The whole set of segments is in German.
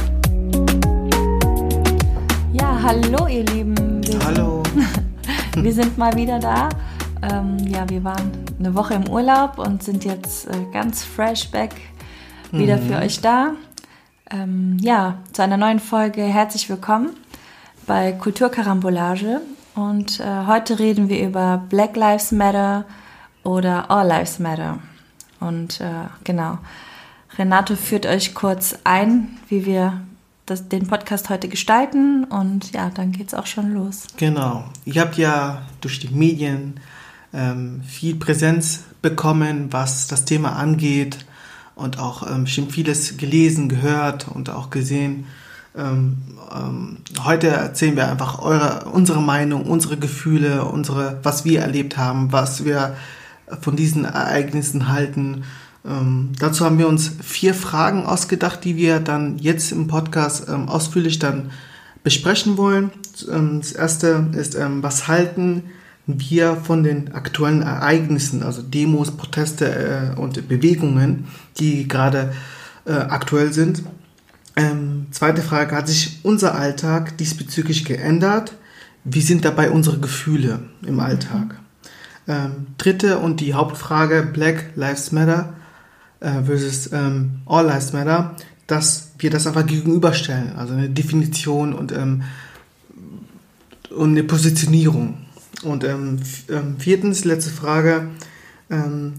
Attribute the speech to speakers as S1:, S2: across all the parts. S1: Wir sind mal wieder da. Ähm, ja, wir waren eine Woche im Urlaub und sind jetzt äh, ganz fresh back wieder für euch da. Ähm, ja, zu einer neuen Folge herzlich willkommen bei Kulturkarambolage. Und äh, heute reden wir über Black Lives Matter oder All Lives Matter. Und äh, genau, Renato führt euch kurz ein, wie wir das, den Podcast heute gestalten. Und ja, dann geht's auch schon los.
S2: Genau. Ihr habt ja durch die Medien ähm, viel Präsenz bekommen, was das Thema angeht und auch ähm, schon vieles gelesen, gehört und auch gesehen. Ähm, ähm, heute erzählen wir einfach eure, unsere Meinung, unsere Gefühle, unsere, was wir erlebt haben, was wir von diesen Ereignissen halten. Ähm, dazu haben wir uns vier Fragen ausgedacht, die wir dann jetzt im Podcast ähm, ausführlich dann besprechen wollen. Ähm, das erste ist, ähm, was halten wir von den aktuellen Ereignissen, also Demos, Proteste äh, und Bewegungen, die gerade äh, aktuell sind? Ähm, zweite Frage, hat sich unser Alltag diesbezüglich geändert? Wie sind dabei unsere Gefühle im Alltag? Ähm, dritte und die Hauptfrage, Black Lives Matter äh, versus ähm, All Lives Matter, dass wir das einfach gegenüberstellen, also eine Definition und ähm, und eine Positionierung. Und ähm, f- ähm, viertens, letzte Frage. Ähm,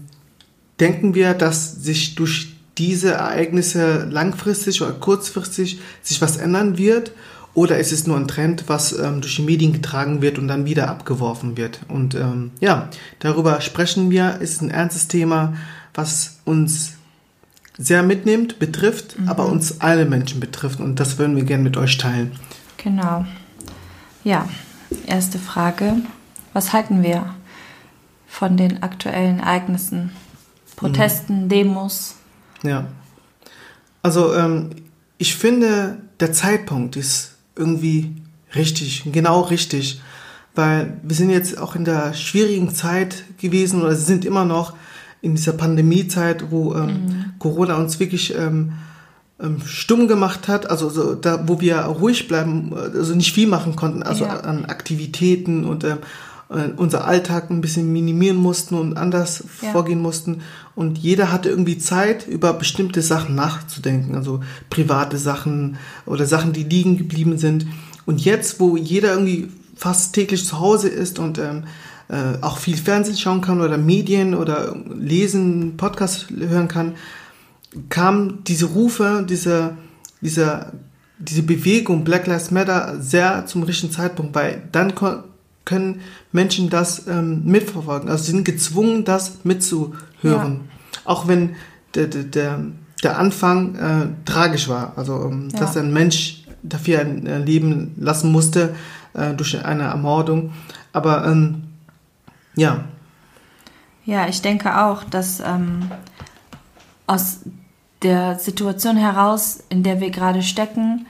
S2: denken wir, dass sich durch diese Ereignisse langfristig oder kurzfristig sich was ändern wird? Oder ist es nur ein Trend, was ähm, durch die Medien getragen wird und dann wieder abgeworfen wird? Und ähm, ja, darüber sprechen wir. Ist ein ernstes Thema, was uns sehr mitnimmt, betrifft, aber uns alle Menschen betrifft. Und das würden wir gerne mit euch teilen.
S1: Genau. Ja, erste Frage. Was halten wir von den aktuellen Ereignissen? Protesten, Demos?
S2: Ja. Also ähm, ich finde, der Zeitpunkt ist irgendwie richtig, genau richtig, weil wir sind jetzt auch in der schwierigen Zeit gewesen oder sind immer noch in dieser Pandemiezeit, wo ähm, Corona uns wirklich ähm, ähm, stumm gemacht hat, also so, da, wo wir ruhig bleiben, äh, also nicht viel machen konnten, also
S1: Ja.
S2: an Aktivitäten und ähm, äh, unser Alltag ein bisschen minimieren mussten und anders
S1: Ja.
S2: vorgehen mussten. Und jeder hatte irgendwie Zeit, über bestimmte Sachen nachzudenken, also private Sachen oder Sachen, die liegen geblieben sind. Und jetzt, wo jeder irgendwie fast täglich zu Hause ist und ähm, äh, auch viel Fernsehen schauen kann oder Medien oder lesen, Podcast hören kann, kamen diese Rufe, diese, diese, diese Bewegung Black Lives Matter sehr zum richtigen Zeitpunkt, weil dann ko- können Menschen das ähm, mitverfolgen. Also sie sind gezwungen, das mitzuhören. Auch wenn der, der, der, der Anfang äh, tragisch war. Also, ähm,
S1: Ja.
S2: dass ein Mensch dafür ein äh, Leben lassen musste äh, durch eine Ermordung. Aber ähm, ja,
S1: Ja, ich denke auch, dass ähm, aus der Situation heraus, in der wir gerade stecken,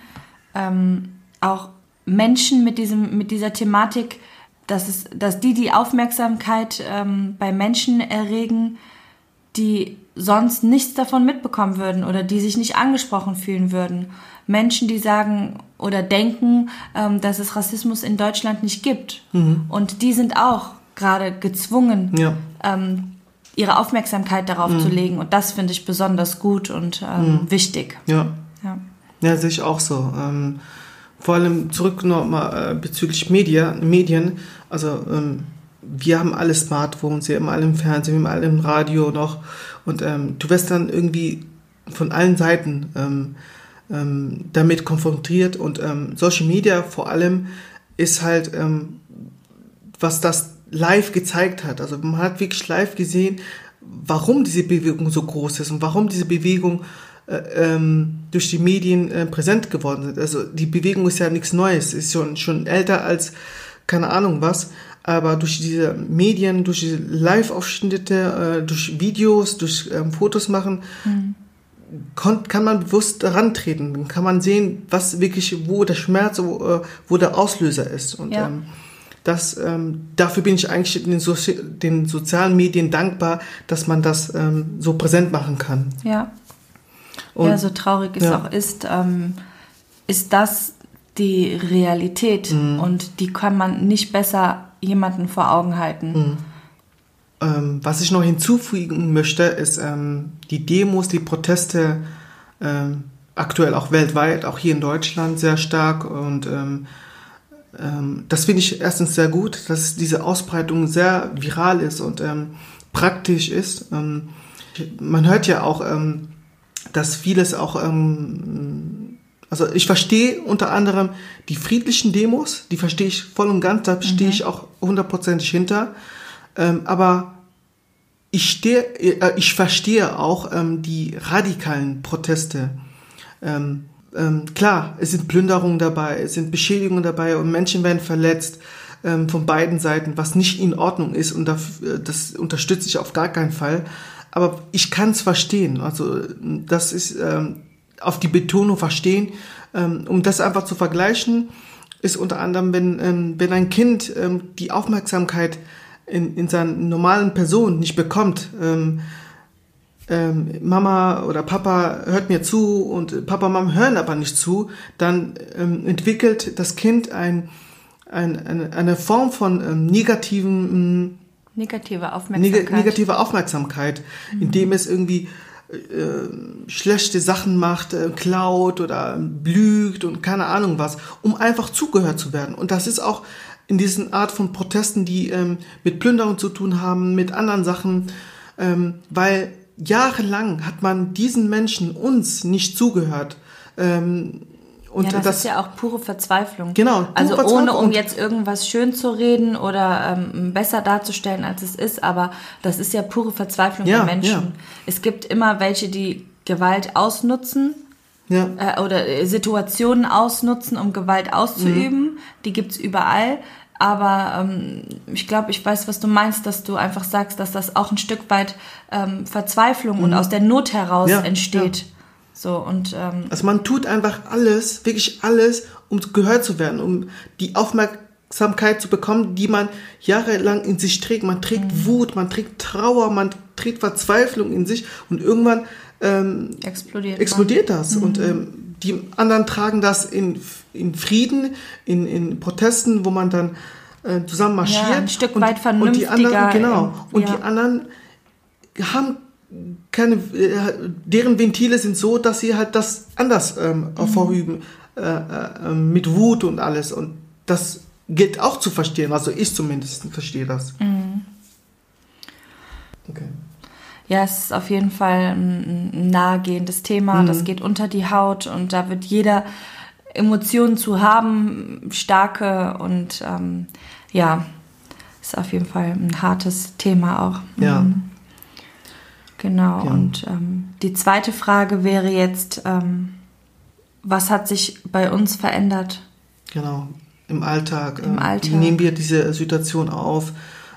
S1: ähm, auch Menschen mit, diesem, mit dieser Thematik, dass, es, dass die die Aufmerksamkeit ähm, bei Menschen erregen, die sonst nichts davon mitbekommen würden oder die sich nicht angesprochen fühlen würden. Menschen, die sagen oder denken, ähm, dass es Rassismus in Deutschland nicht gibt. Und die sind auch gerade gezwungen,
S2: ja.
S1: ähm, ihre Aufmerksamkeit darauf
S2: Mhm.
S1: zu legen. Und das finde ich besonders gut und ähm, wichtig.
S2: ja.
S1: Ja.
S2: Ja, sehe ich auch so. Ähm, vor allem zurück nochmal äh, bezüglich Media, Medien. Also ähm, wir haben alle Smartphones, wir haben alle im Fernsehen, wir haben alle im Radio noch. Und ähm, du wirst dann irgendwie von allen Seiten ähm, ähm, damit konfrontiert. Und ähm, Social Media vor allem ist halt ähm, was das live gezeigt hat. Also man hat wirklich live gesehen, warum diese Bewegung so groß ist und warum diese Bewegung äh, ähm, durch die Medien äh, präsent geworden ist. Also die Bewegung ist ja nichts Neues, ist schon, schon älter als keine Ahnung was. Aber durch diese Medien, durch diese Live-Aufschnitte, äh, durch Videos, durch ähm, Fotos machen,
S1: Mhm.
S2: kon- kann man bewusst herantreten. Dann kann man sehen, was wirklich, wo der Schmerz, wo, äh, wo der Auslöser ist. Und
S1: Ja.
S2: ähm, das, ähm, dafür bin ich eigentlich den, Sozi den sozialen Medien dankbar, dass man das ähm, so präsent machen kann.
S1: Ja.
S2: Und
S1: ja, so traurig es
S2: ja.
S1: auch ist, ähm,
S2: Mhm.
S1: ist das die Realität und die kann man nicht besser jemanden vor Augen halten.
S2: Mhm. Ähm, was ich noch hinzufügen möchte, ist ähm, die Demos, die Proteste ähm, aktuell auch weltweit, auch hier in Deutschland sehr stark. Und ähm, ähm, das finde ich erstens sehr gut, dass diese Ausbreitung sehr viral ist und ähm, praktisch ist. Ähm, man hört ja auch, ähm, dass vieles auch, ähm, also ich verstehe unter anderem die friedlichen Demos, die verstehe ich voll und ganz, da stehe ich auch hundertprozentig hinter. Ähm, aber ich, stehe, äh, ich verstehe auch ähm, die radikalen Proteste. Ähm, ähm, klar, es sind Plünderungen dabei, es sind Beschädigungen dabei und Menschen werden verletzt ähm, von beiden Seiten, was nicht in Ordnung ist und dafür, äh, das unterstütze ich auf gar keinen Fall. Aber ich kann es verstehen. Also das ist ähm, auf die Betonung verstehen, ähm, um das einfach zu vergleichen, ist unter anderem, wenn, ähm, wenn ein Kind ähm, die Aufmerksamkeit in, in seiner normalen Person nicht bekommt, ähm, ähm, Mama oder Papa hört mir zu und Papa und Mama hören aber nicht zu, dann ähm, entwickelt das Kind ein, ein, eine, eine Form von ähm, negativen ähm,
S1: Negative
S2: neg
S1: Aufmerksamkeit.
S2: negative Aufmerksamkeit, indem es irgendwie äh, schlechte Sachen macht, äh, klaut oder lügt und keine Ahnung was, um einfach zugehört zu werden. Und das ist auch in diesen Art von Protesten, die ähm, mit Plünderung zu tun haben, mit anderen Sachen, ähm, weil jahrelang hat man diesen Menschen, uns, nicht zugehört. Ähm, und
S1: ja, das,
S2: das,
S1: ist ja auch pure Verzweiflung.
S2: Genau, pure
S1: also
S2: Verzweiflung
S1: ohne um
S2: und-
S1: jetzt irgendwas schön zu reden oder ähm, besser darzustellen, als es ist, aber das ist ja pure Verzweiflung der
S2: Ja,
S1: Menschen.
S2: ja.
S1: Es gibt immer welche, die Gewalt ausnutzen
S2: ja.
S1: äh, oder äh, Situationen ausnutzen, um Gewalt
S2: Mhm.
S1: auszuüben. Die gibt's überall. Aber ähm, ich glaube, ich weiß, was du meinst, dass du einfach sagst, dass das auch ein Stück weit ähm, Verzweiflung und aus der Not heraus
S2: Mhm. Ja,
S1: entsteht.
S2: ja.
S1: So und ähm,
S2: Also man tut einfach alles, wirklich alles, um gehört zu werden, um die Aufmerksamkeit zu bekommen, die man jahrelang in sich trägt. Man trägt Wut, man trägt Trauer, man trägt Verzweiflung in sich und irgendwann ähm,
S1: explodiert. man.
S2: explodiert das. Und ähm, die anderen tragen das in, in Frieden, in, in Protesten, wo man dann äh, zusammen marschiert.
S1: ein Stück
S2: und,
S1: weit
S2: Und die anderen,
S1: vernünftiger,
S2: genau.
S1: ähm,
S2: Und
S1: ja.
S2: die anderen haben keine, äh, deren Ventile sind so, dass sie halt das anders
S1: Mhm.
S2: ähm, vorüben, äh, äh, äh, mit Wut und alles. Und das gilt auch zu verstehen. Also ich zumindest verstehe das.
S1: Mhm.
S2: Okay.
S1: Ja, es ist auf jeden Fall ein ein nahegehendes Thema.
S2: Mhm.
S1: Das geht unter die Haut und da wird jeder Emotionen zu haben, starke und ähm, ja, ist auf jeden Fall ein hartes Thema auch.
S2: Ja.
S1: Mhm. Genau.
S2: Ja.
S1: Und ähm, die zweite Frage wäre jetzt, ähm, was hat sich bei uns verändert?
S2: Genau, im Alltag.
S1: Im
S2: ähm,
S1: Alltag.
S2: Wie nehmen wir diese Situation auf?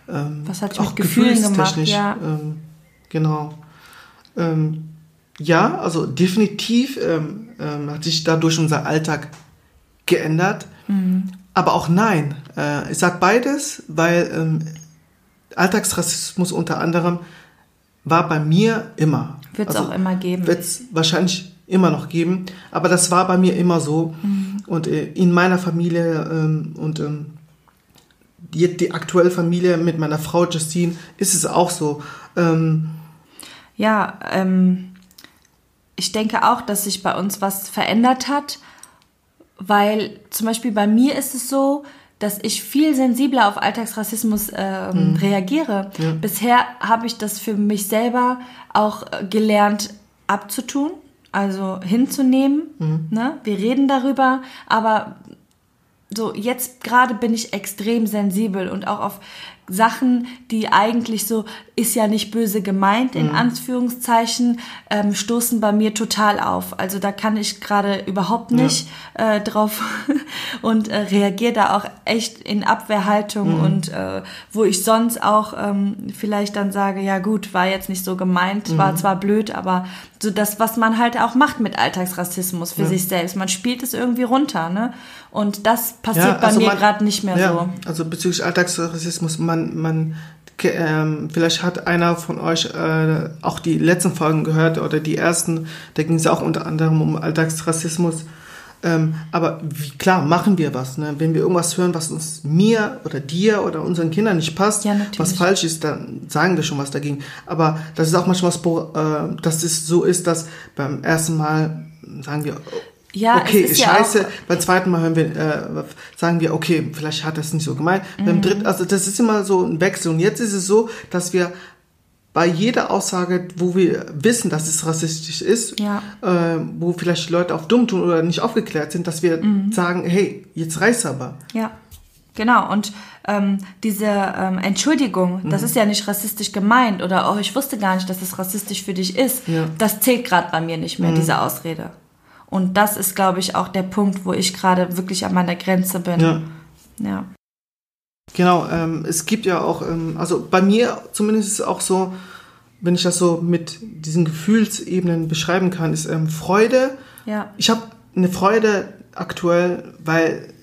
S2: Ähm,
S1: Was hat mit Gefühlen gemacht,
S2: gefühlstechnisch,
S1: ja.
S2: Ähm, genau. Ähm, ja, also definitiv ähm, ähm, hat sich dadurch unser Alltag geändert.
S1: Mhm.
S2: Aber auch nein. Äh, ich sag beides, weil ähm, Alltagsrassismus unter anderem war bei mir immer. Also
S1: Wird es auch immer geben.
S2: Wird es wahrscheinlich immer noch geben. Aber das war bei mir immer so. Und äh, in meiner Familie ähm, und ähm, die, die aktuelle Familie mit meiner Frau Justine ist es auch so. Ähm,
S1: Ja, ähm, ich denke auch, dass sich bei uns was verändert hat, weil zum Beispiel bei mir ist es so, dass ich viel sensibler auf Alltagsrassismus ähm, reagiere. Bisher habe ich das für mich selber auch äh, gelernt abzutun, also hinzunehmen. Ne? Wir reden darüber, aber so jetzt gerade bin ich extrem sensibel und auch auf Sachen, die eigentlich so ist ja nicht böse gemeint in Anführungszeichen, ähm, stoßen bei mir total auf. Also da kann ich gerade überhaupt nicht äh, drauf und äh, reagiere da auch echt in Abwehrhaltung und äh, wo ich sonst auch ähm, vielleicht dann sage, ja gut, war jetzt nicht so gemeint, war zwar blöd, aber so das, was man halt auch macht mit Alltagsrassismus für sich selbst, man spielt es irgendwie runter, ne? Und das passiert bei mir
S2: also man-
S1: gerade nicht mehr
S2: ja,
S1: so.
S2: Also bezüglich Alltagsrassismus, man, man ke- ähm, vielleicht hat einer von euch äh, auch die letzten Folgen gehört oder die ersten, da ging es auch unter anderem um Alltagsrassismus. Ähm, aber wie, klar, machen wir was. Ne? Wenn wir irgendwas hören, was uns mir oder dir oder unseren Kindern nicht passt,
S1: Ja, natürlich.
S2: was falsch ist, dann sagen wir schon was dagegen. Aber das ist auch manchmal, so, äh, dass es so ist, dass beim ersten Mal sagen wir,
S1: Ja,
S2: okay,
S1: es ist
S2: ist
S1: ja
S2: scheiße.
S1: auch-
S2: beim zweiten Mal hören wir, äh, sagen wir, okay, vielleicht hat er es nicht so gemeint.
S1: Mhm.
S2: Beim dritten, also das ist immer so ein Wechsel. Und jetzt ist es so, dass wir bei jeder Aussage, wo wir wissen, dass es rassistisch ist,
S1: Ja.
S2: äh, wo vielleicht die Leute auf dumm tun oder nicht aufgeklärt sind, dass wir
S1: Mhm.
S2: sagen, hey, jetzt reiß aber.
S1: Ja, genau. Und ähm, diese ähm, Entschuldigung, das
S2: Mhm.
S1: ist ja nicht rassistisch gemeint oder oh, ich wusste gar nicht, dass es rassistisch für dich ist.
S2: Ja. Mhm.
S1: Das zählt gerade bei mir nicht mehr, diese Ausrede. Und das ist, glaube ich, auch der Punkt, wo ich gerade wirklich an meiner Grenze bin.
S2: Ja.
S1: ja.
S2: Genau, ähm, es gibt ja auch, ähm, also bei mir zumindest ist es auch so, wenn ich das so mit diesen Gefühlsebenen beschreiben kann, ist ähm, Freude.
S1: Ja.
S2: Ich habe eine Freude aktuell, weil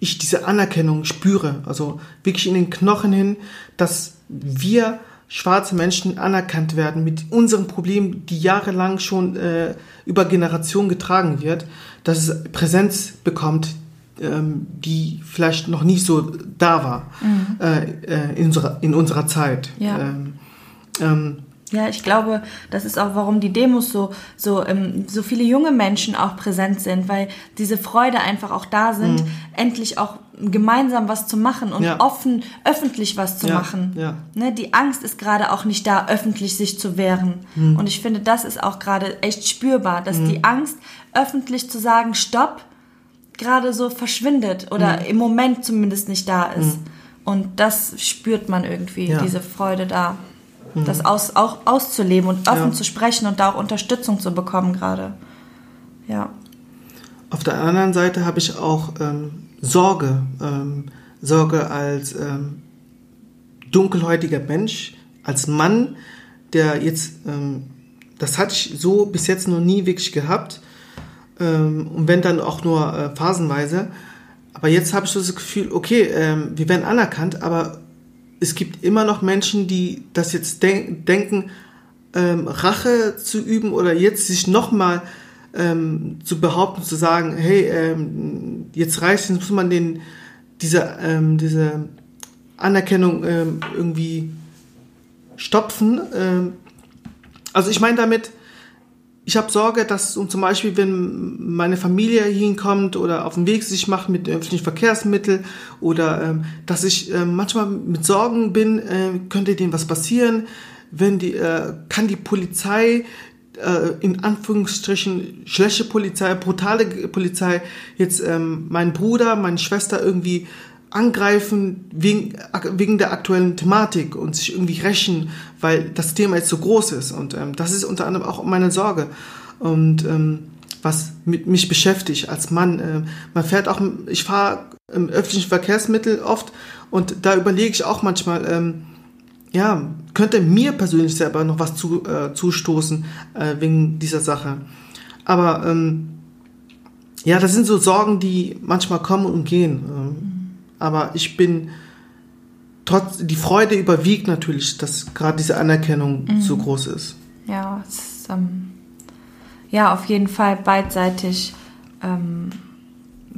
S2: ich diese Anerkennung spüre, also wirklich in den Knochen hin, dass wir schwarze Menschen anerkannt werden mit unseren Problemen, die jahrelang schon äh, über Generationen getragen wird, dass es Präsenz bekommt, ähm, die vielleicht noch nicht so da war äh, äh, in, unserer, in unserer Zeit.
S1: Ja.
S2: Ähm, ähm,
S1: Ja, ich glaube, das ist auch, warum die Demos so, so, ähm, so viele junge Menschen auch präsent sind, weil diese Freude einfach auch da sind, endlich auch gemeinsam was zu machen und
S2: Mhm. Ja.
S1: offen, öffentlich was zu
S2: Ja,
S1: machen.
S2: ja.
S1: Ne, die Angst ist gerade auch nicht da, öffentlich sich zu wehren.
S2: Hm.
S1: Und ich finde, das ist auch gerade echt spürbar, dass die Angst, öffentlich zu sagen, stopp, gerade so verschwindet
S2: Hm.
S1: oder im Moment zumindest nicht da ist. Und das spürt man irgendwie,
S2: Ja. Hm.
S1: diese Freude da. Das aus, auch auszuleben und offen
S2: Ja.
S1: zu sprechen und da auch Unterstützung zu bekommen gerade. Ja.
S2: Auf der anderen Seite habe ich auch ähm, Sorge. Ähm, Sorge als ähm, dunkelhäutiger Mensch, als Mann, der jetzt, ähm, das hatte ich so bis jetzt noch nie wirklich gehabt. Ähm, und wenn dann auch nur äh, phasenweise. Aber jetzt habe ich so das Gefühl, okay, ähm, wir werden anerkannt, aber es gibt immer noch Menschen, die das jetzt denk denken, ähm, Rache zu üben oder jetzt sich nochmal ähm, zu behaupten, zu sagen, hey, ähm, jetzt reicht jetzt muss man den, diese, ähm, diese Anerkennung ähm, irgendwie stopfen. Ähm, also ich meine damit, ich habe Sorge, dass um zum Beispiel, wenn meine Familie hier hinkommt oder auf den Weg sich macht mit öffentlichen Verkehrsmitteln oder ähm, dass ich ähm, manchmal mit Sorgen bin, äh, könnte denen was passieren, wenn die, äh, kann die Polizei äh, in Anführungsstrichen schlechte Polizei, brutale G- Polizei jetzt ähm, meinen Bruder, meine Schwester irgendwie angreifen wegen, ak- wegen der aktuellen Thematik und sich irgendwie rächen, weil das Thema jetzt so groß ist. Und ähm, das ist unter anderem auch meine Sorge. Und ähm, was mit mich beschäftigt als Mann. ähm, man fährt auch, ich fahre im öffentlichen Verkehrsmittel oft und da überlege ich auch manchmal, ähm, ja, könnte mir persönlich selber noch was zu, äh, zustoßen äh, wegen dieser Sache. Aber ähm, ja, das sind so Sorgen, die manchmal kommen und gehen. Ähm, Aber ich bin trotz die Freude überwiegt natürlich, dass gerade diese Anerkennung so groß ist.
S1: Ja, es ist, ähm, ja, auf jeden Fall beidseitig ähm,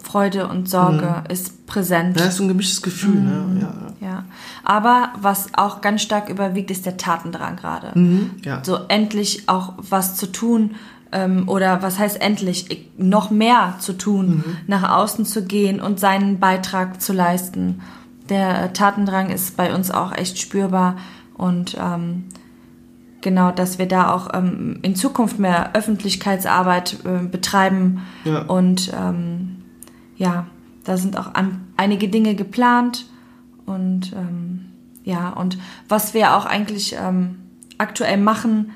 S1: Freude und Sorge ist präsent.
S2: Ja, ist so ein gemischtes Gefühl. Ne? Ja,
S1: Ja. Aber was auch ganz stark überwiegt, ist der Tatendrang gerade.
S2: Mhm. ja.
S1: so endlich auch was zu tun ähm, oder was heißt endlich Ich- noch mehr zu tun,
S2: Mhm.
S1: nach außen zu gehen und seinen Beitrag zu leisten. Der äh, Tatendrang ist bei uns auch echt spürbar und ähm, genau, dass wir da auch ähm, in Zukunft mehr Öffentlichkeitsarbeit äh, betreiben
S2: Ja.
S1: und ähm, ja, da sind auch an, einige Dinge geplant und ähm, ja, und was wir auch eigentlich ähm, aktuell machen,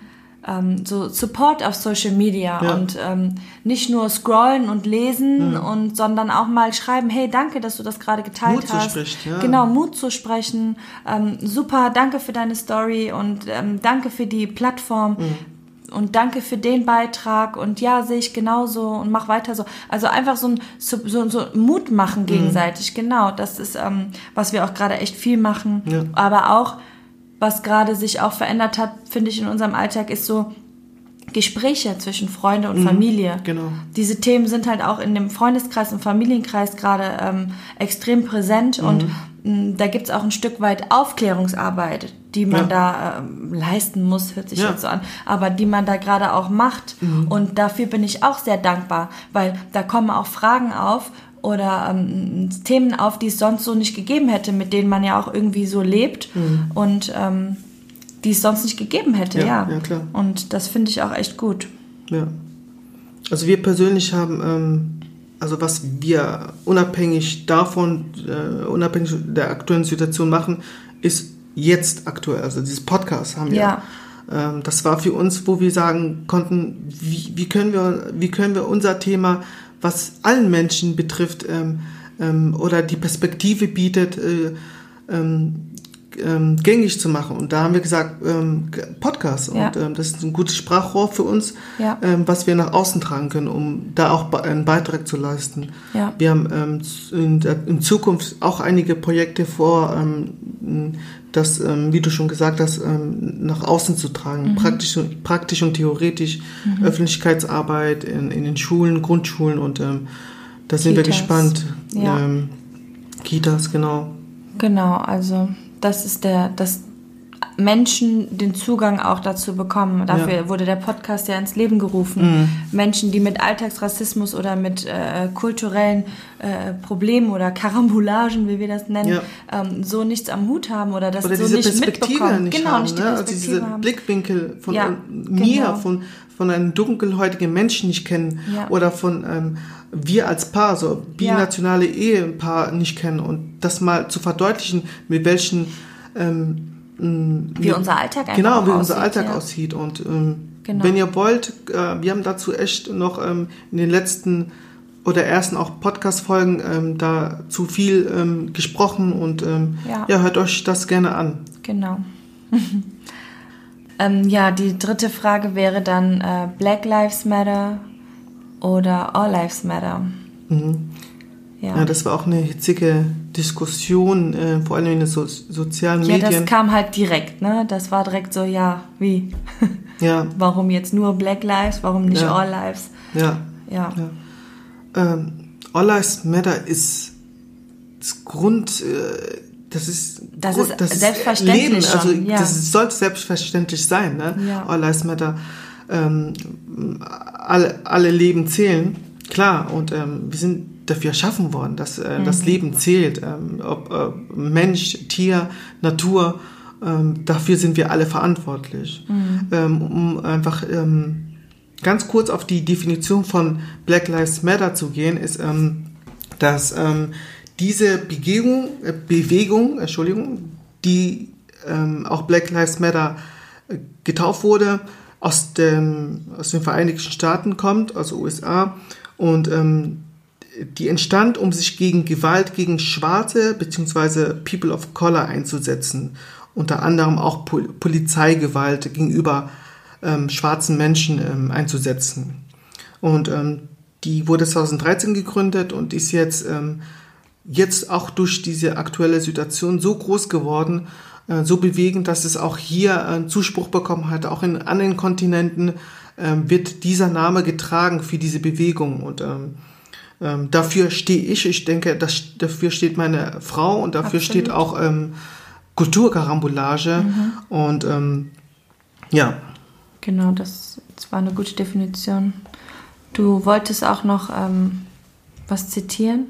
S1: ähm, so Support auf Social Media
S2: Ja.
S1: und ähm, nicht nur scrollen und lesen und sondern auch mal schreiben, hey, danke, dass du das gerade geteilt
S2: Mut
S1: hast.
S2: zuspricht, ja.
S1: Genau, Mut zu sprechen. Ähm, super, danke für deine Story und ähm, danke für die Plattform.
S2: Mhm.
S1: Und danke für den Beitrag und ja, sehe ich genauso und mach weiter so. Also einfach so ein so, so so Mut
S2: Mhm.
S1: machen gegenseitig, genau. Das ist, ähm, was wir auch gerade echt viel machen.
S2: Ja.
S1: Aber auch, was gerade sich auch verändert hat, finde ich, in unserem Alltag, ist so, Gespräche zwischen Freunde und Familie.
S2: Genau.
S1: Diese Themen sind halt auch in dem Freundeskreis und Familienkreis gerade ähm, extrem präsent und
S2: Mhm.
S1: mh, da gibt's auch ein Stück weit Aufklärungsarbeit, die man
S2: Ja.
S1: da ähm, leisten muss, hört sich
S2: Ja. Mhm.
S1: jetzt so an, aber die man da gerade auch macht. Und dafür bin ich auch sehr dankbar, weil da kommen auch Fragen auf oder ähm, Themen auf, die es sonst so nicht gegeben hätte, mit denen man ja auch irgendwie so lebt und ähm, die es sonst nicht gegeben hätte, ja.
S2: Mhm. Ja, ja, klar.
S1: Und das finde ich auch echt gut.
S2: Ja. Also wir persönlich haben, ähm, also was wir unabhängig davon, äh, unabhängig der aktuellen Situation machen, ist jetzt aktuell, also dieses Podcast haben wir.
S1: Ja.
S2: Ähm, das war für uns, wo wir sagen konnten, wie, wie, können, wir, wie können wir unser Thema, was allen Menschen betrifft ähm, ähm, oder die Perspektive bietet, äh, ähm, ähm, gängig zu machen. Und da haben wir gesagt, ähm, Podcast.
S1: Ja.
S2: Und ähm, das ist ein gutes Sprachrohr für uns,
S1: Ja.
S2: ähm, was wir nach außen tragen können, um da auch be- einen Beitrag zu leisten.
S1: Ja.
S2: Wir haben ähm, z- in, der- in Zukunft auch einige Projekte vor, ähm, das, ähm, wie du schon gesagt hast, ähm, nach außen zu tragen,
S1: Mhm.
S2: praktisch, und- praktisch und theoretisch, Öffentlichkeitsarbeit in, in den Schulen, Grundschulen und ähm, da sind wir
S1: Kitas.
S2: gespannt.
S1: Ja.
S2: Ähm, Kitas, genau.
S1: Genau, also das ist der, dass Menschen den Zugang auch dazu bekommen. Dafür wurde der Podcast ja ins Leben gerufen.
S2: Mhm.
S1: Menschen, die mit Alltagsrassismus oder mit äh, kulturellen äh, Problemen oder Karambolagen, wie wir das nennen,
S2: Ja.
S1: ähm, so nichts am Hut haben oder das
S2: oder
S1: so
S2: diese
S1: nicht
S2: Perspektive
S1: mitbekommen.
S2: nicht
S1: genau,
S2: haben,
S1: nicht die
S2: ne?
S1: Perspektive
S2: also diese
S1: haben.
S2: Blickwinkel von
S1: Ja,
S2: un- mir,
S1: genau.
S2: von, von einem dunkelhäutigen Menschen nicht kennen
S1: Ja.
S2: oder von ähm, wir als Paar, so binationale Ehepaar nicht kennen und das mal zu verdeutlichen, mit welchen ähm, m,
S1: Wie unser Alltag einfach
S2: genau,
S1: auch
S2: wie unser
S1: aussieht,
S2: Alltag
S1: ja.
S2: aussieht und ähm,
S1: Genau.
S2: wenn ihr wollt, äh, wir haben dazu echt noch ähm, in den letzten oder ersten auch Podcast-Folgen ähm, dazu viel ähm, gesprochen und ähm,
S1: Ja.
S2: ja, hört euch das gerne an.
S1: Genau. ähm, ja, die dritte Frage wäre dann äh, Black Lives Matter oder All Lives Matter. Ja,
S2: Ja, das war auch eine hitzige Diskussion, äh, vor allem in den so sozialen
S1: ja das
S2: Medien.
S1: kam halt direkt, ne? Das war direkt so, ja, wie?
S2: Ja,
S1: Warum jetzt nur Black Lives? Warum nicht
S2: Ja.
S1: All Lives?
S2: ja.
S1: Ja,
S2: Ja. Ähm, All Lives Matter ist das Grund, äh, das ist
S1: Das
S2: Grund-
S1: ist selbstverständlich
S2: Leben.
S1: schon,
S2: Also
S1: ja.
S2: das sollte selbstverständlich sein. Ne?
S1: Ja.
S2: All Lives Matter, ähm, alle, alle Leben zählen, klar. Und ähm, wir sind dafür erschaffen worden, dass äh, das Leben zählt, ähm, ob äh, Mensch, Tier, Natur. Ähm, dafür sind wir alle verantwortlich. Ähm, um einfach ähm, ganz kurz auf die Definition von Black Lives Matter zu gehen, ist, ähm, dass ähm, diese Bewegung, äh, Bewegung, Entschuldigung, die ähm, auch Black Lives Matter äh, getauft wurde, aus, dem, aus den Vereinigten Staaten kommt, also USA, und ähm, die entstand, um sich gegen Gewalt gegen Schwarze bzw. People of Color einzusetzen. Unter anderem auch Pol Polizeigewalt gegenüber ähm, schwarzen Menschen ähm, einzusetzen. Und ähm, die wurde 2013 gegründet und ist jetzt, ähm, jetzt auch durch diese aktuelle Situation so groß geworden, äh, so bewegend, dass es auch hier äh, Zuspruch bekommen hat. Auch in anderen Kontinenten ähm, wird dieser Name getragen für diese Bewegung. Und ähm, ähm, dafür stehe ich. Ich denke, das, dafür steht meine Frau und dafür
S1: Absolut.
S2: steht auch ähm, Kulturkarambolage. Und ähm, ja,
S1: genau, das, das war eine gute Definition. Du wolltest auch noch ähm, was zitieren?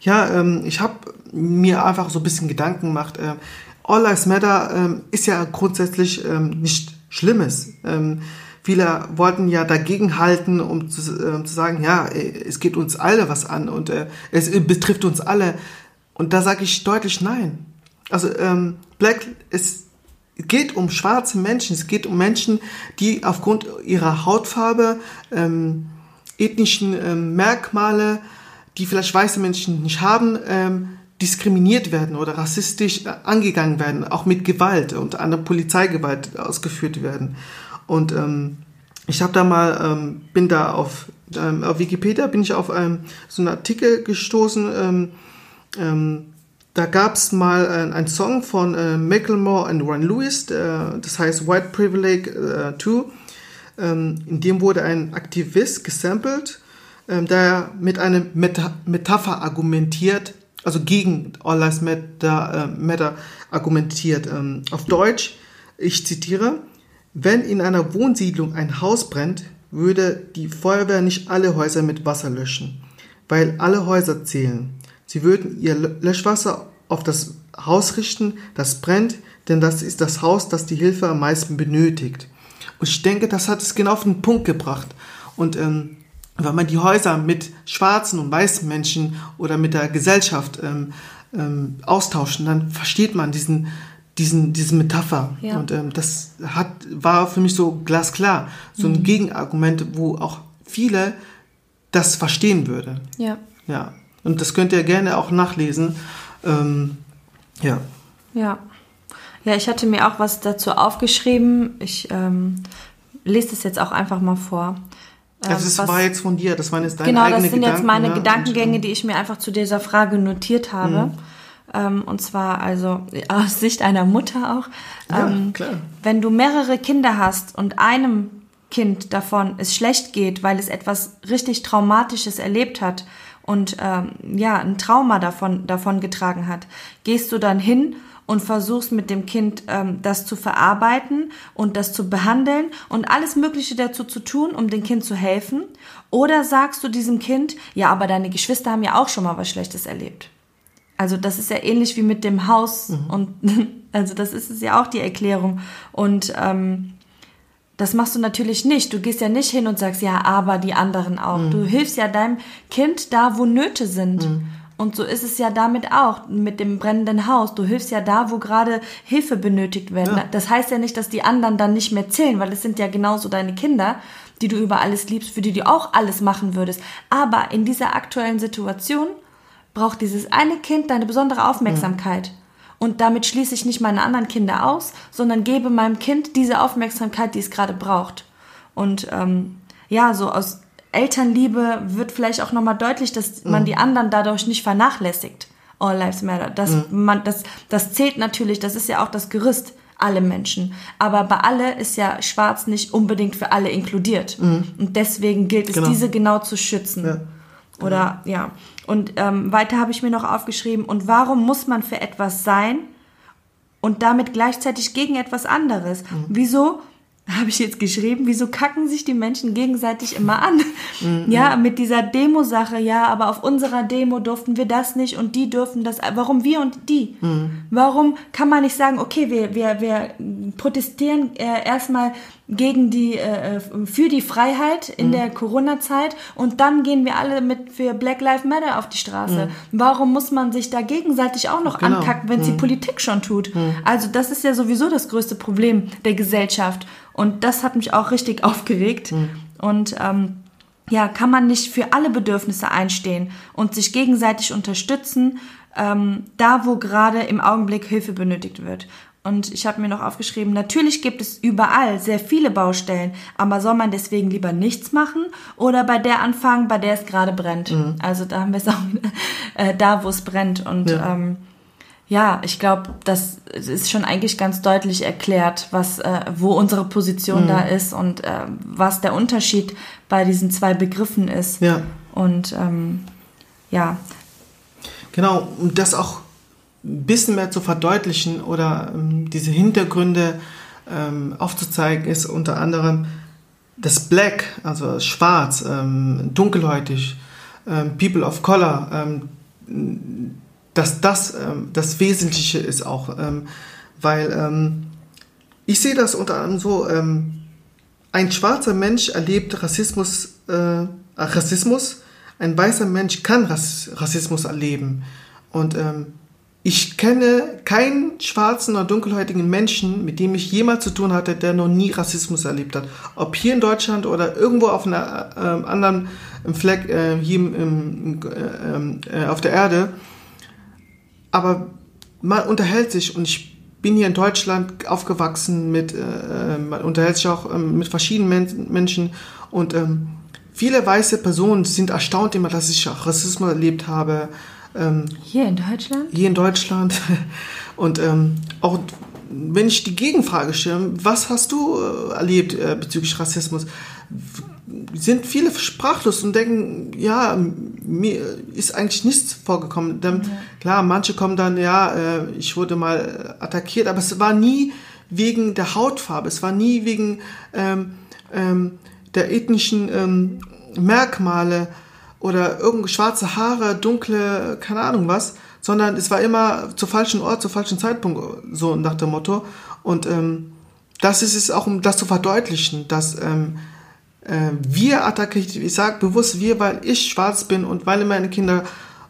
S2: Ja, ähm, ich habe mir einfach so ein bisschen Gedanken gemacht. ähm, All Lives Matter ähm, ist ja grundsätzlich ähm, nicht Schlimmes. Ähm, viele wollten ja dagegen halten, um zu, ähm, zu sagen, ja, äh, es geht uns alle was an und äh, es äh, betrifft uns alle. Und da sage ich deutlich nein. Also ähm, Black, es geht um schwarze Menschen, es geht um Menschen, die aufgrund ihrer Hautfarbe ähm, ethnischen ähm, Merkmale, die vielleicht weiße Menschen nicht haben, ähm, diskriminiert werden oder rassistisch äh, angegangen werden, auch mit Gewalt und anderer Polizeigewalt ausgeführt werden. Und ähm, ich habe da mal, ähm, bin da auf, ähm, auf Wikipedia, bin ich auf ähm, so einen Artikel gestoßen, ähm, ähm, da gab es mal ein, ein Song von äh, Macklemore und Ron Lewis, äh, das heißt White Privilege äh, 2. ähm, in dem wurde ein Aktivist gesampelt, ähm, der mit einer Meta Metapher argumentiert, also gegen All Lives Matter, äh, Matter argumentiert. Ähm, auf Deutsch, ich zitiere, wenn in einer Wohnsiedlung ein Haus brennt, würde die Feuerwehr nicht alle Häuser mit Wasser löschen, weil alle Häuser zählen. Sie würden ihr Löschwasser auf das Haus richten, das brennt, denn das ist das Haus, das die Hilfe am meisten benötigt. Und ich denke, das hat es genau auf den Punkt gebracht. Und ähm, wenn man die Häuser mit schwarzen und weißen Menschen oder mit der Gesellschaft ähm, ähm, austauschen, dann versteht man diesen, diesen, diese Metapher. Ja. Und ähm, das hat, war für mich so glasklar, so ein mhm. Gegenargument, wo auch viele das verstehen würde.
S1: Ja.
S2: Ja. Und das könnt ihr gerne auch nachlesen. Ähm, ja.
S1: Ja. Ja, ich hatte mir auch was dazu aufgeschrieben. Ich ähm, lese das jetzt auch einfach mal vor. Ähm,
S2: Also das was, war jetzt von dir, das waren jetzt deine
S1: genau,
S2: eigenen
S1: Gedanken. Genau, das sind
S2: Gedanken,
S1: jetzt meine ne? Gedankengänge, die ich mir einfach zu dieser Frage notiert habe. Mhm und zwar also aus Sicht einer Mutter auch.
S2: Ja, ähm,
S1: wenn du mehrere Kinder hast und einem Kind davon es schlecht geht, weil es etwas richtig Traumatisches erlebt hat und ähm, ja, ein Trauma davon, davon getragen hat, gehst du dann hin und versuchst mit dem Kind ähm, das zu verarbeiten und das zu behandeln und alles Mögliche dazu zu tun, um dem Kind zu helfen? Oder sagst du diesem Kind, ja, aber deine Geschwister haben ja auch schon mal was Schlechtes erlebt? Also das ist ja ähnlich wie mit dem Haus mhm. und also das ist es ja auch die Erklärung und ähm, das machst du natürlich nicht. Du gehst ja nicht hin und sagst ja, aber die anderen auch. Mhm. Du hilfst ja deinem Kind da, wo Nöte sind. Mhm. Und so ist es ja damit auch mit dem brennenden Haus. Du hilfst ja da, wo gerade Hilfe benötigt wird. Ja. Das heißt ja nicht, dass die anderen dann nicht mehr zählen, weil es sind ja genauso deine Kinder die du über alles liebst, für die du auch alles machen würdest. Aber in dieser aktuellen Situation braucht dieses eine Kind deine besondere Aufmerksamkeit. Mhm. Und damit schließe ich nicht meine anderen Kinder aus, sondern gebe meinem Kind diese Aufmerksamkeit, die es gerade braucht. Und ähm, ja, so aus Elternliebe wird vielleicht auch nochmal deutlich, dass mhm. man die anderen dadurch nicht vernachlässigt. All Lives Matter. Das, mhm. man, das, das zählt natürlich, das ist ja auch das Gerüst alle Menschen. Aber bei alle ist ja schwarz nicht unbedingt für alle inkludiert. Und deswegen gilt es, Mhm. genau. diese genau zu schützen. Ja. Genau. Oder ja. Und ähm, weiter habe ich mir noch aufgeschrieben, und warum muss man für etwas sein und damit gleichzeitig gegen etwas anderes? Mhm. Wieso, habe ich jetzt geschrieben, wieso kacken sich die Menschen gegenseitig immer an? Mhm. Ja, mit dieser Demo-Sache, ja, aber auf unserer Demo durften wir das nicht und die dürfen das. Warum wir und die? Mhm. Warum kann man nicht sagen, okay, wir, wir, wir protestieren äh, erstmal gegen die äh, für die Freiheit in mhm. der Corona-Zeit und dann gehen wir alle mit für Black Lives Matter auf die Straße. Mhm. Warum muss man sich da gegenseitig auch noch genau. ankacken, wenn es mhm. die Politik schon tut? Also das ist ja sowieso das größte Problem der Gesellschaft und das hat mich auch richtig aufgeregt und ähm, ja, kann man nicht für alle Bedürfnisse einstehen und sich gegenseitig unterstützen, ähm, da wo gerade im Augenblick Hilfe benötigt wird. Und ich habe mir noch aufgeschrieben, natürlich gibt es überall sehr viele Baustellen, aber soll man deswegen lieber nichts machen oder bei der anfangen, bei der es gerade brennt? Mhm. Also da haben wir es auch äh, da, wo es brennt. Und ja, ähm, ja ich glaube, das ist schon eigentlich ganz deutlich erklärt, was, äh, wo unsere Position mhm. da ist und äh, was der Unterschied bei diesen zwei Begriffen ist.
S2: Ja.
S1: Und ähm, ja.
S2: Genau, und das auch bisschen mehr zu verdeutlichen oder ähm, diese Hintergründe ähm, aufzuzeigen, ist unter anderem das Black, also schwarz, ähm, dunkelhäutig, ähm, People of Color, ähm, dass das ähm, das Wesentliche ist auch, ähm, weil ähm, ich sehe das unter anderem so, ähm, ein schwarzer Mensch erlebt Rassismus, äh, Rassismus, ein weißer Mensch kann Rass Rassismus erleben und ähm, ich kenne keinen schwarzen oder dunkelhäutigen Menschen, mit dem ich jemals zu tun hatte, der noch nie Rassismus erlebt hat. Ob hier in Deutschland oder irgendwo auf einer äh, anderen Fleck äh, hier im, im, äh, auf der Erde. Aber man unterhält sich und ich bin hier in Deutschland aufgewachsen mit, äh, ähm, man unterhält sich auch ähm, mit verschiedenen Men Menschen und ähm, viele weiße Personen sind erstaunt immer, dass ich auch Rassismus erlebt habe.
S1: Ähm, hier in Deutschland?
S2: Hier in Deutschland. Und ähm, auch wenn ich die Gegenfrage stelle, was hast du äh, erlebt äh, bezüglich Rassismus? Sind viele sprachlos und denken, ja, mir ist eigentlich nichts vorgekommen. Dann, Klar, manche kommen dann, ja, äh, ich wurde mal attackiert, aber es war nie wegen der Hautfarbe, es war nie wegen ähm, ähm, der ethnischen ähm, Merkmale oder irgend schwarze Haare, dunkle, keine Ahnung was, sondern es war immer zu falschen Ort, zu falschen Zeitpunkt, so nach dem Motto. Und ähm, das ist es auch, um das zu verdeutlichen, dass ähm, äh, wir attackiert, ich sage bewusst wir, weil ich schwarz bin und weil meine Kinder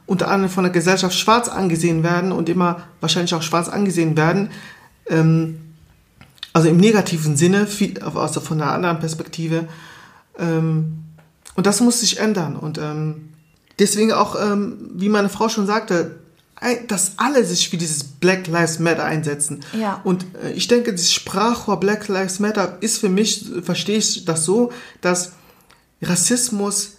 S2: unter anderem von der Gesellschaft schwarz angesehen werden und immer wahrscheinlich auch schwarz angesehen werden, ähm, also im negativen Sinne, viel, also von einer anderen Perspektive. Ähm, und das muss sich ändern. Und ähm, deswegen auch, ähm, wie meine Frau schon sagte, ein- dass alle sich für dieses Black Lives Matter einsetzen.
S1: Ja.
S2: Und äh, ich denke, dieses Sprachrohr Black Lives Matter ist für mich, verstehe ich das so, dass Rassismus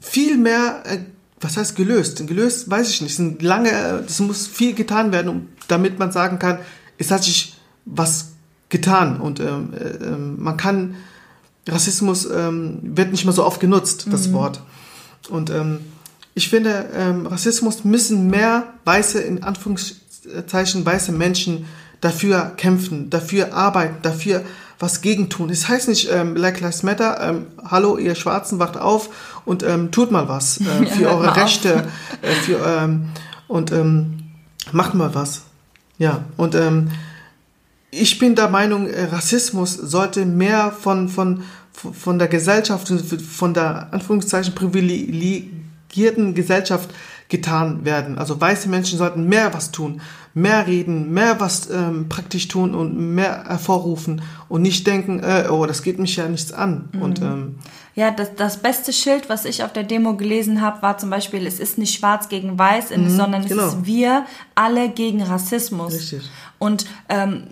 S2: viel mehr, äh, was heißt gelöst? Gelöst weiß ich nicht. Es sind lange, äh, es muss viel getan werden, um, damit man sagen kann, es hat sich was getan und ähm, äh, ähm, man kann Rassismus ähm, wird nicht mehr so oft genutzt,
S1: Mhm.
S2: das Wort. Und ähm, ich finde, ähm, Rassismus müssen mehr weiße, in Anführungszeichen weiße Menschen dafür kämpfen, dafür arbeiten, dafür was gegen tun. Es heißt nicht ähm, Black Lives Matter, ähm, hallo ihr Schwarzen, wacht auf und ähm, tut mal was äh, für
S1: hört mal
S2: eure
S1: auf.
S2: Rechte äh, für, ähm, und ähm, macht mal was. Ja, und ähm, ich bin der Meinung, äh, Rassismus sollte mehr von, von, von der Gesellschaft, und von der Anführungszeichen privilegierten Gesellschaft getan werden. Also weiße Menschen sollten mehr was tun, mehr reden, mehr was ähm, praktisch tun und mehr hervorrufen und nicht denken, äh, oh, das geht mich ja nichts an. Und ähm,
S1: Ja, das, das beste Schild, was ich auf der Demo gelesen habe, war zum Beispiel, es ist nicht schwarz gegen weiß, sondern es
S2: genau.
S1: ist wir alle gegen Rassismus.
S2: Richtig.
S1: Und ähm,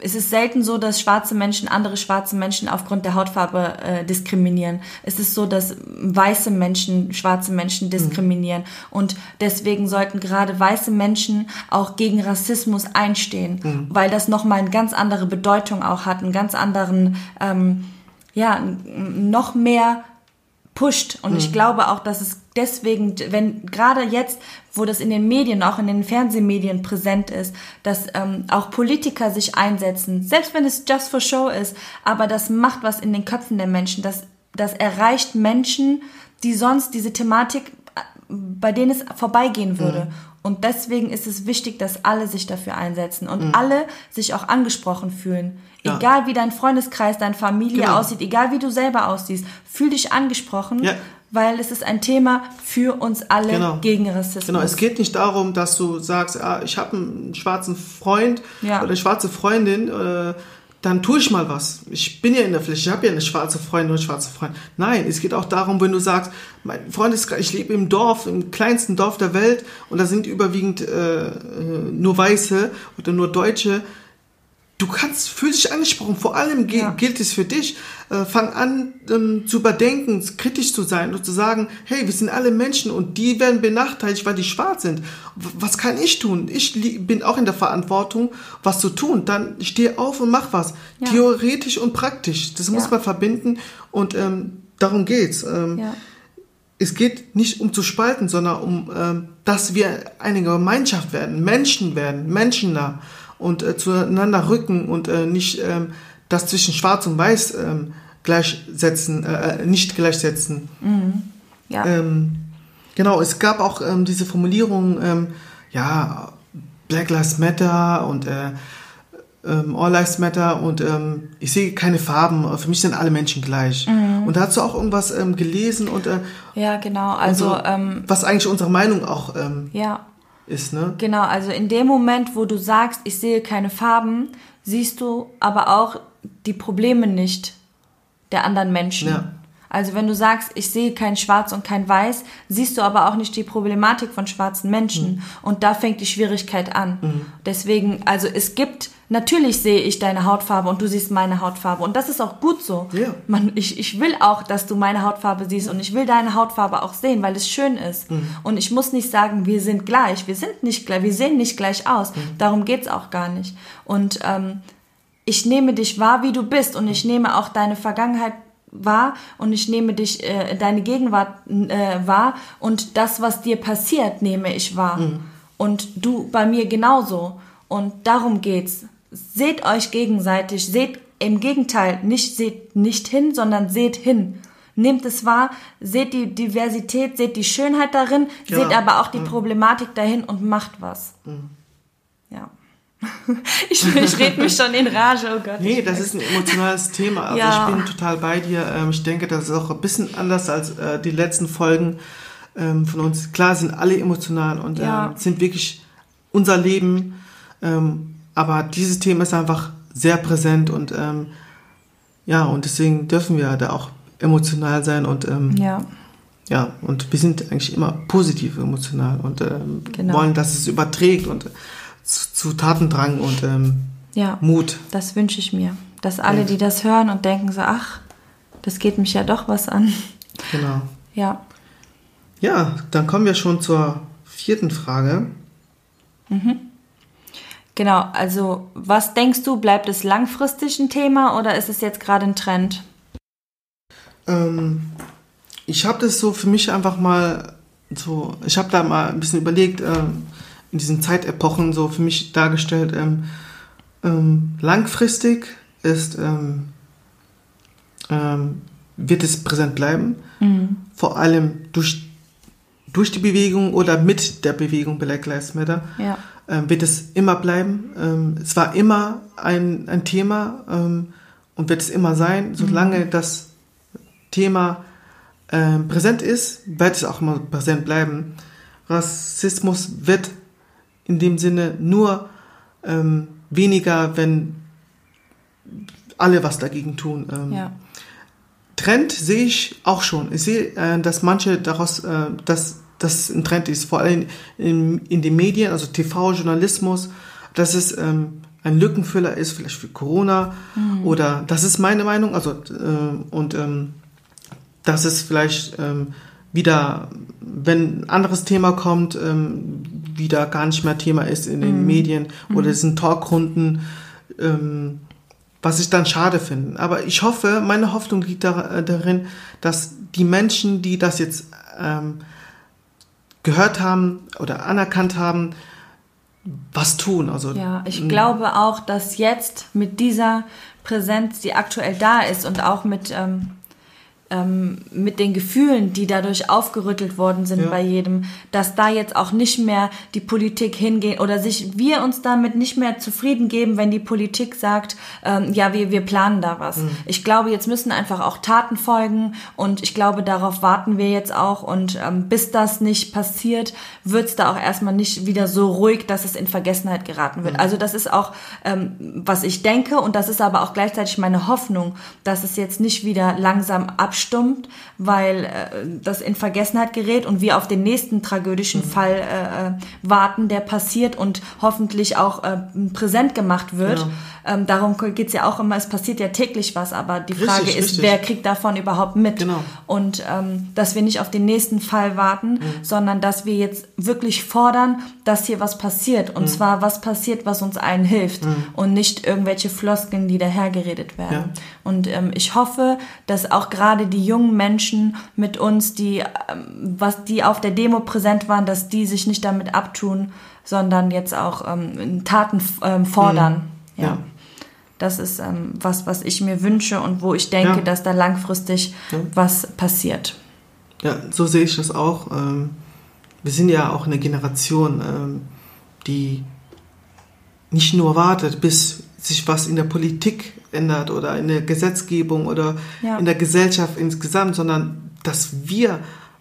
S1: es ist selten so, dass schwarze Menschen andere schwarze Menschen aufgrund der Hautfarbe äh, diskriminieren. Es ist so, dass weiße Menschen schwarze Menschen diskriminieren. Und deswegen sollten gerade weiße Menschen auch gegen Rassismus einstehen, weil das nochmal eine ganz andere Bedeutung auch hat, einen ganz anderen, ähm, ja, n- noch mehr pusht. Und
S2: Mhm.
S1: ich glaube auch, dass es deswegen, wenn gerade jetzt, wo das in den Medien, auch in den Fernsehmedien präsent ist, dass ähm, auch Politiker sich einsetzen, selbst wenn es just for show ist, aber das macht was in den Köpfen der Menschen. Das, das erreicht Menschen, die sonst diese Thematik, äh, bei denen es vorbeigehen würde.
S2: Mhm.
S1: Und deswegen ist es wichtig, dass alle sich dafür einsetzen und alle sich auch angesprochen fühlen.
S2: Mhm. Ja.
S1: Egal wie dein Freundeskreis, deine Familie
S2: Genau.
S1: aussieht, egal wie du selber aussiehst, fühl dich angesprochen,
S2: Ja.
S1: weil es ist ein Thema für uns alle
S2: Genau.
S1: gegen Rassismus.
S2: Genau, es geht nicht darum, dass du sagst, ah, ich habe einen schwarzen Freund
S1: Ja.
S2: oder eine schwarze Freundin, äh, dann tue ich mal was. Ich bin ja in der Fläche, ich habe ja eine schwarze Freundin oder einen schwarzen Freund. Nein, es geht auch darum, wenn du sagst, mein Freund ist, ich lebe im Dorf, im kleinsten Dorf der Welt und da sind überwiegend äh, äh, nur Weiße oder nur Deutsche. Du kannst, fühl dich angesprochen. Vor allem ge-
S1: Ja.
S2: gilt es für dich. Äh, fang an ähm, zu überdenken, kritisch zu sein und zu sagen, hey, wir sind alle Menschen und die werden benachteiligt, weil die schwarz sind. W was kann ich tun? Ich li- bin auch in der Verantwortung, was zu tun. Dann steh auf und mach was.
S1: Ja.
S2: Theoretisch und praktisch. Das muss
S1: Ja.
S2: man verbinden und ähm, darum geht's. Ähm,
S1: Ja.
S2: es geht nicht um zu spalten, sondern um, ähm, dass wir eine Gemeinschaft werden, Menschen werden, menschennah und äh, zueinander rücken und äh, nicht ähm, das zwischen Schwarz und Weiß ähm, gleichsetzen, äh, äh, nicht gleichsetzen.
S1: Ja.
S2: Ähm, genau, es gab auch ähm, diese Formulierung, ähm, ja, Black Lives Matter und äh, ähm, All Lives Matter und ähm, ich sehe keine Farben, für mich sind alle Menschen gleich. Und da hast du auch irgendwas ähm, gelesen und äh,
S1: ja, genau. Also,
S2: also,
S1: ähm,
S2: was eigentlich unsere Meinung auch ähm,
S1: ja.
S2: ist, ne?
S1: Genau, also in dem Moment, wo du sagst, ich sehe keine Farben, siehst du aber auch die Probleme nicht der anderen Menschen.
S2: Ja.
S1: Also wenn du sagst, ich sehe kein Schwarz und kein Weiß, siehst du aber auch nicht die Problematik von schwarzen Menschen.
S2: Mhm.
S1: Und da fängt die Schwierigkeit an. Deswegen, also es gibt, natürlich sehe ich deine Hautfarbe und du siehst meine Hautfarbe. Und das ist auch gut so.
S2: Ja.
S1: Man, ich, ich will auch, dass du meine Hautfarbe siehst und ich will deine Hautfarbe auch sehen, weil es schön ist.
S2: Mhm.
S1: Und ich muss nicht sagen, wir sind gleich. Wir sind nicht gleich, wir sehen nicht gleich aus.
S2: Mhm.
S1: Darum geht's auch gar nicht. Und ähm, ich nehme dich wahr, wie du bist und ich nehme auch deine Vergangenheit wahr und ich nehme dich, äh, deine Gegenwart äh, wahr und das, was dir passiert, nehme ich wahr.
S2: Mhm.
S1: Und du bei mir genauso. Und darum geht's. Seht euch gegenseitig, seht im Gegenteil, nicht seht nicht hin, sondern seht hin. Nehmt es wahr, seht die Diversität, seht die Schönheit darin,
S2: Genau.
S1: seht aber auch die Problematik dahin und macht was. Ja. ich ich rede mich schon in Rage, oh Gott.
S2: Nee, das ist ein emotionales Thema. Also
S1: Ja.
S2: ich bin total bei dir. Ähm, Ich denke, das ist auch ein bisschen anders als äh, die letzten Folgen ähm, von uns. Klar sind alle emotional und
S1: Ja.
S2: ähm, sind wirklich unser Leben. Ähm, aber dieses Thema ist einfach sehr präsent und ähm, ja, und deswegen dürfen wir da auch emotional sein und ähm, ja.
S1: Ja,
S2: und wir sind eigentlich immer positiv emotional und ähm,
S1: Genau.
S2: wollen, dass es überträgt und äh, zu, zu Tatendrang und ähm,
S1: ja.
S2: Mut.
S1: Das wünsche ich mir. Dass alle, die das hören und denken so, ach, das geht mich ja doch was an.
S2: Genau.
S1: Ja.
S2: Ja, dann kommen wir schon zur vierten Frage.
S1: Genau, also was denkst du, bleibt es langfristig ein Thema oder ist es jetzt gerade ein Trend?
S2: Ähm, ich habe das so für mich einfach mal so, ich habe da mal ein bisschen überlegt, ähm, in diesen Zeitepochen so für mich dargestellt, ähm, ähm, langfristig ist, ähm, ähm, wird es präsent bleiben, vor allem durch, durch die Bewegung oder mit der Bewegung Black Lives Matter.
S1: Ja.
S2: ähm, wird es immer bleiben. Ähm, es war immer ein, ein Thema ähm, und wird es immer sein. Solange das Thema ähm, präsent ist, wird es auch immer präsent bleiben. Rassismus wird in dem Sinne nur ähm, weniger, wenn alle was dagegen tun. Ähm,
S1: Ja.
S2: Trend sehe ich auch schon. Ich sehe, äh, dass manche daraus, äh, dass das ein Trend ist, vor allem in, in den Medien, also TV, Journalismus, dass es ähm, ein Lückenfüller ist, vielleicht für Corona oder das ist meine Meinung, also äh, und ähm, dass es vielleicht ähm, wieder, wenn ein anderes Thema kommt, ähm, wieder gar nicht mehr Thema ist in
S1: Mhm.
S2: den Medien oder es sind Talkrunden, ähm, was ich dann schade finde. Aber ich hoffe, meine Hoffnung liegt da, äh, darin, dass die Menschen, die das jetzt ähm, gehört haben oder anerkannt haben, was tun. Also
S1: Ja, ich glaube auch, dass jetzt mit dieser Präsenz, die aktuell da ist und auch mit, ähm, ähm, mit den Gefühlen, die dadurch aufgerüttelt worden sind
S2: Ja.
S1: bei jedem, dass da jetzt auch nicht mehr die Politik hingehen oder sich wir uns damit nicht mehr zufrieden geben, wenn die Politik sagt, ähm, ja, wir, wir planen da was. Ich glaube, jetzt müssen einfach auch Taten folgen und ich glaube, darauf warten wir jetzt auch und ähm, bis das nicht passiert, wird's da auch erstmal nicht wieder so ruhig, dass es in Vergessenheit geraten
S2: Mhm.
S1: wird. Also das ist auch, ähm, was ich denke und das ist aber auch gleichzeitig meine Hoffnung, dass es jetzt nicht wieder langsam abstummt, weil äh, das in Vergessenheit gerät und wir auf den nächsten tragödischen
S2: Mhm.
S1: Fall äh, äh, warten, der passiert und hoffentlich auch äh, präsent gemacht wird.
S2: Ja.
S1: Ähm, darum geht's ja auch immer, es passiert ja täglich was, aber die
S2: Richtig,
S1: Frage ist,
S2: richtig.
S1: wer kriegt davon überhaupt mit?
S2: Genau.
S1: Und ähm, dass wir nicht auf den nächsten Fall warten,
S2: Mhm.
S1: sondern dass wir jetzt wirklich fordern, dass hier was passiert.
S2: Mhm.
S1: Und zwar was passiert, was uns allen hilft und nicht irgendwelche Floskeln, die dahergeredet werden.
S2: Ja.
S1: Und ähm, ich hoffe, dass auch gerade die jungen Menschen mit uns, die, ähm, was, die auf der Demo präsent waren, dass die sich nicht damit abtun, sondern jetzt auch ähm, Taten ähm, fordern.
S2: Mhm.
S1: Ja.
S2: Ja.
S1: Das ist ähm, was, was ich mir wünsche und wo ich denke,
S2: Ja.
S1: dass da langfristig
S2: Ja.
S1: was passiert.
S2: Ja, so sehe ich das auch. Ähm, wir sind ja auch eine Generation, ähm, die nicht nur wartet, bis sich was in der Politik ändert oder in der Gesetzgebung oder
S1: Ja.
S2: in der Gesellschaft insgesamt, sondern dass wir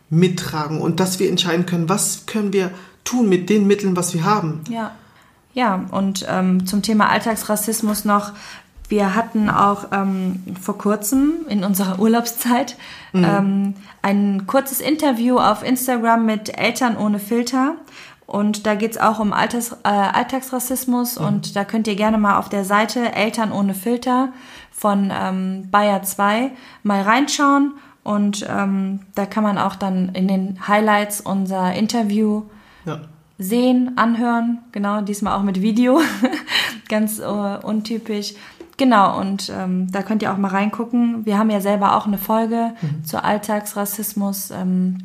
S2: mittragen und dass wir entscheiden können, was können wir tun mit den Mitteln, was wir haben.
S1: Ja. Ja, und ähm, zum Thema Alltagsrassismus noch. Wir hatten auch ähm, vor kurzem in unserer Urlaubszeit ähm, ein kurzes Interview auf Instagram mit Eltern ohne Filter. Und da geht's auch um Alters, äh, Alltagsrassismus. Und da könnt ihr gerne mal auf der Seite Eltern ohne Filter von ähm, Bayer 2 mal reinschauen. Und ähm, da kann man auch dann in den Highlights unser Interview
S2: Ja.
S1: sehen, anhören, genau, diesmal auch mit Video, ganz äh, untypisch. Genau, und ähm, da könnt ihr auch mal reingucken. Wir haben ja selber auch eine Folge zu Alltagsrassismus. Ähm,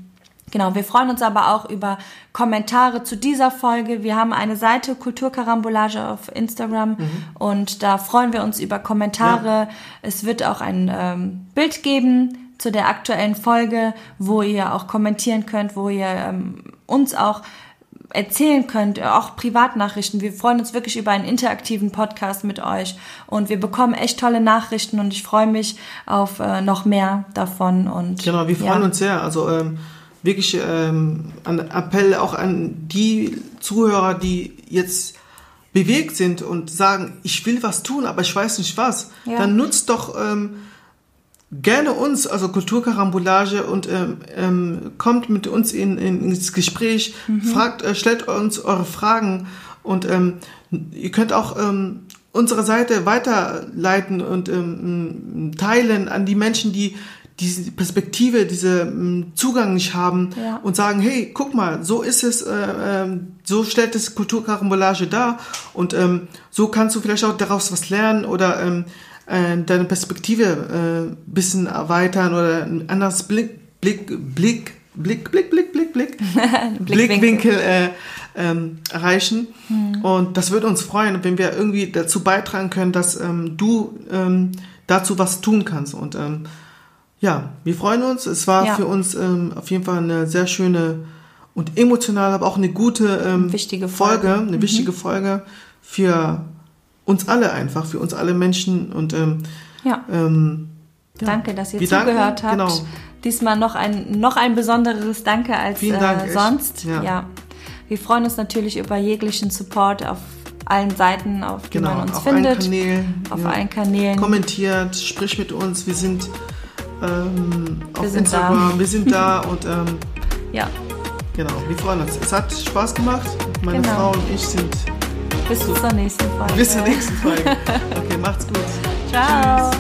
S1: genau, wir freuen uns aber auch über Kommentare zu dieser Folge. Wir haben eine Seite Kulturkarambolage auf Instagram und da freuen wir uns über Kommentare. Es wird auch ein ähm, Bild geben zu der aktuellen Folge, wo ihr auch kommentieren könnt, wo ihr ähm, uns auch erzählen könnt, äh, auch Privatnachrichten. Wir freuen uns wirklich über einen interaktiven Podcast mit euch und wir bekommen echt tolle Nachrichten und ich freue mich auf äh, noch mehr davon und
S2: Genau, wir freuen
S1: ja.
S2: uns sehr. Also ähm, wirklich ähm, ein Appell auch an die Zuhörer, die jetzt bewegt sind und sagen, ich will was tun, aber ich weiß nicht was.
S1: Ja.
S2: Dann nutzt doch ähm, gerne uns, also Kulturkarambolage und ähm, ähm, kommt mit uns in, in, ins Gespräch, fragt, äh, stellt uns eure Fragen und ähm, ihr könnt auch ähm, unsere Seite weiterleiten und ähm, m, teilen an die Menschen, die diese Perspektive, diese m, Zugang nicht haben
S1: Ja.
S2: und sagen, hey, guck mal, so ist es, äh, ähm, so stellt es Kulturkarambolage dar und ähm, so kannst du vielleicht auch daraus was lernen oder ähm, äh, deine Perspektive äh, bisschen erweitern oder ein anderes Blick, Blick, Blick, Blick, Blick, Blick, Blick, Blick,
S1: Blickwinkel.
S2: Blickwinkel äh, ähm, erreichen. Und das würde uns freuen, wenn wir irgendwie dazu beitragen können, dass ähm, du ähm, dazu was tun kannst. Und ähm, ja, wir freuen uns. Es war
S1: Ja.
S2: für uns ähm, auf jeden Fall eine sehr schöne und emotionale, aber auch eine gute ähm,
S1: Wichtige Folge. Mhm.
S2: eine wichtige Folge für uns alle einfach, für uns alle Menschen. Und ähm,
S1: ja.
S2: ähm,
S1: Danke, dass ihr
S2: Wir danken,
S1: zugehört habt.
S2: genau.
S1: Diesmal noch ein, noch ein besonderes Danke als
S2: Vielen Dank,
S1: äh,
S2: echt.
S1: sonst.
S2: Ja.
S1: Ja. Wir freuen uns natürlich über jeglichen Support auf allen Seiten, auf die
S2: genau,
S1: man uns
S2: auf allen
S1: findet,
S2: Kanälen.
S1: auf
S2: ja.
S1: allen Kanälen.
S2: Kommentiert, sprich mit uns. Wir sind ähm, auf
S1: sind
S2: Instagram, wir sind da und ähm,
S1: Ja,
S2: genau, wir freuen uns. Es hat Spaß gemacht. Meine
S1: Genau.
S2: Frau und ich sind
S1: bis zur nächsten Folge.
S2: bis zur nächsten Folge. Okay, macht's gut.
S1: Ciao.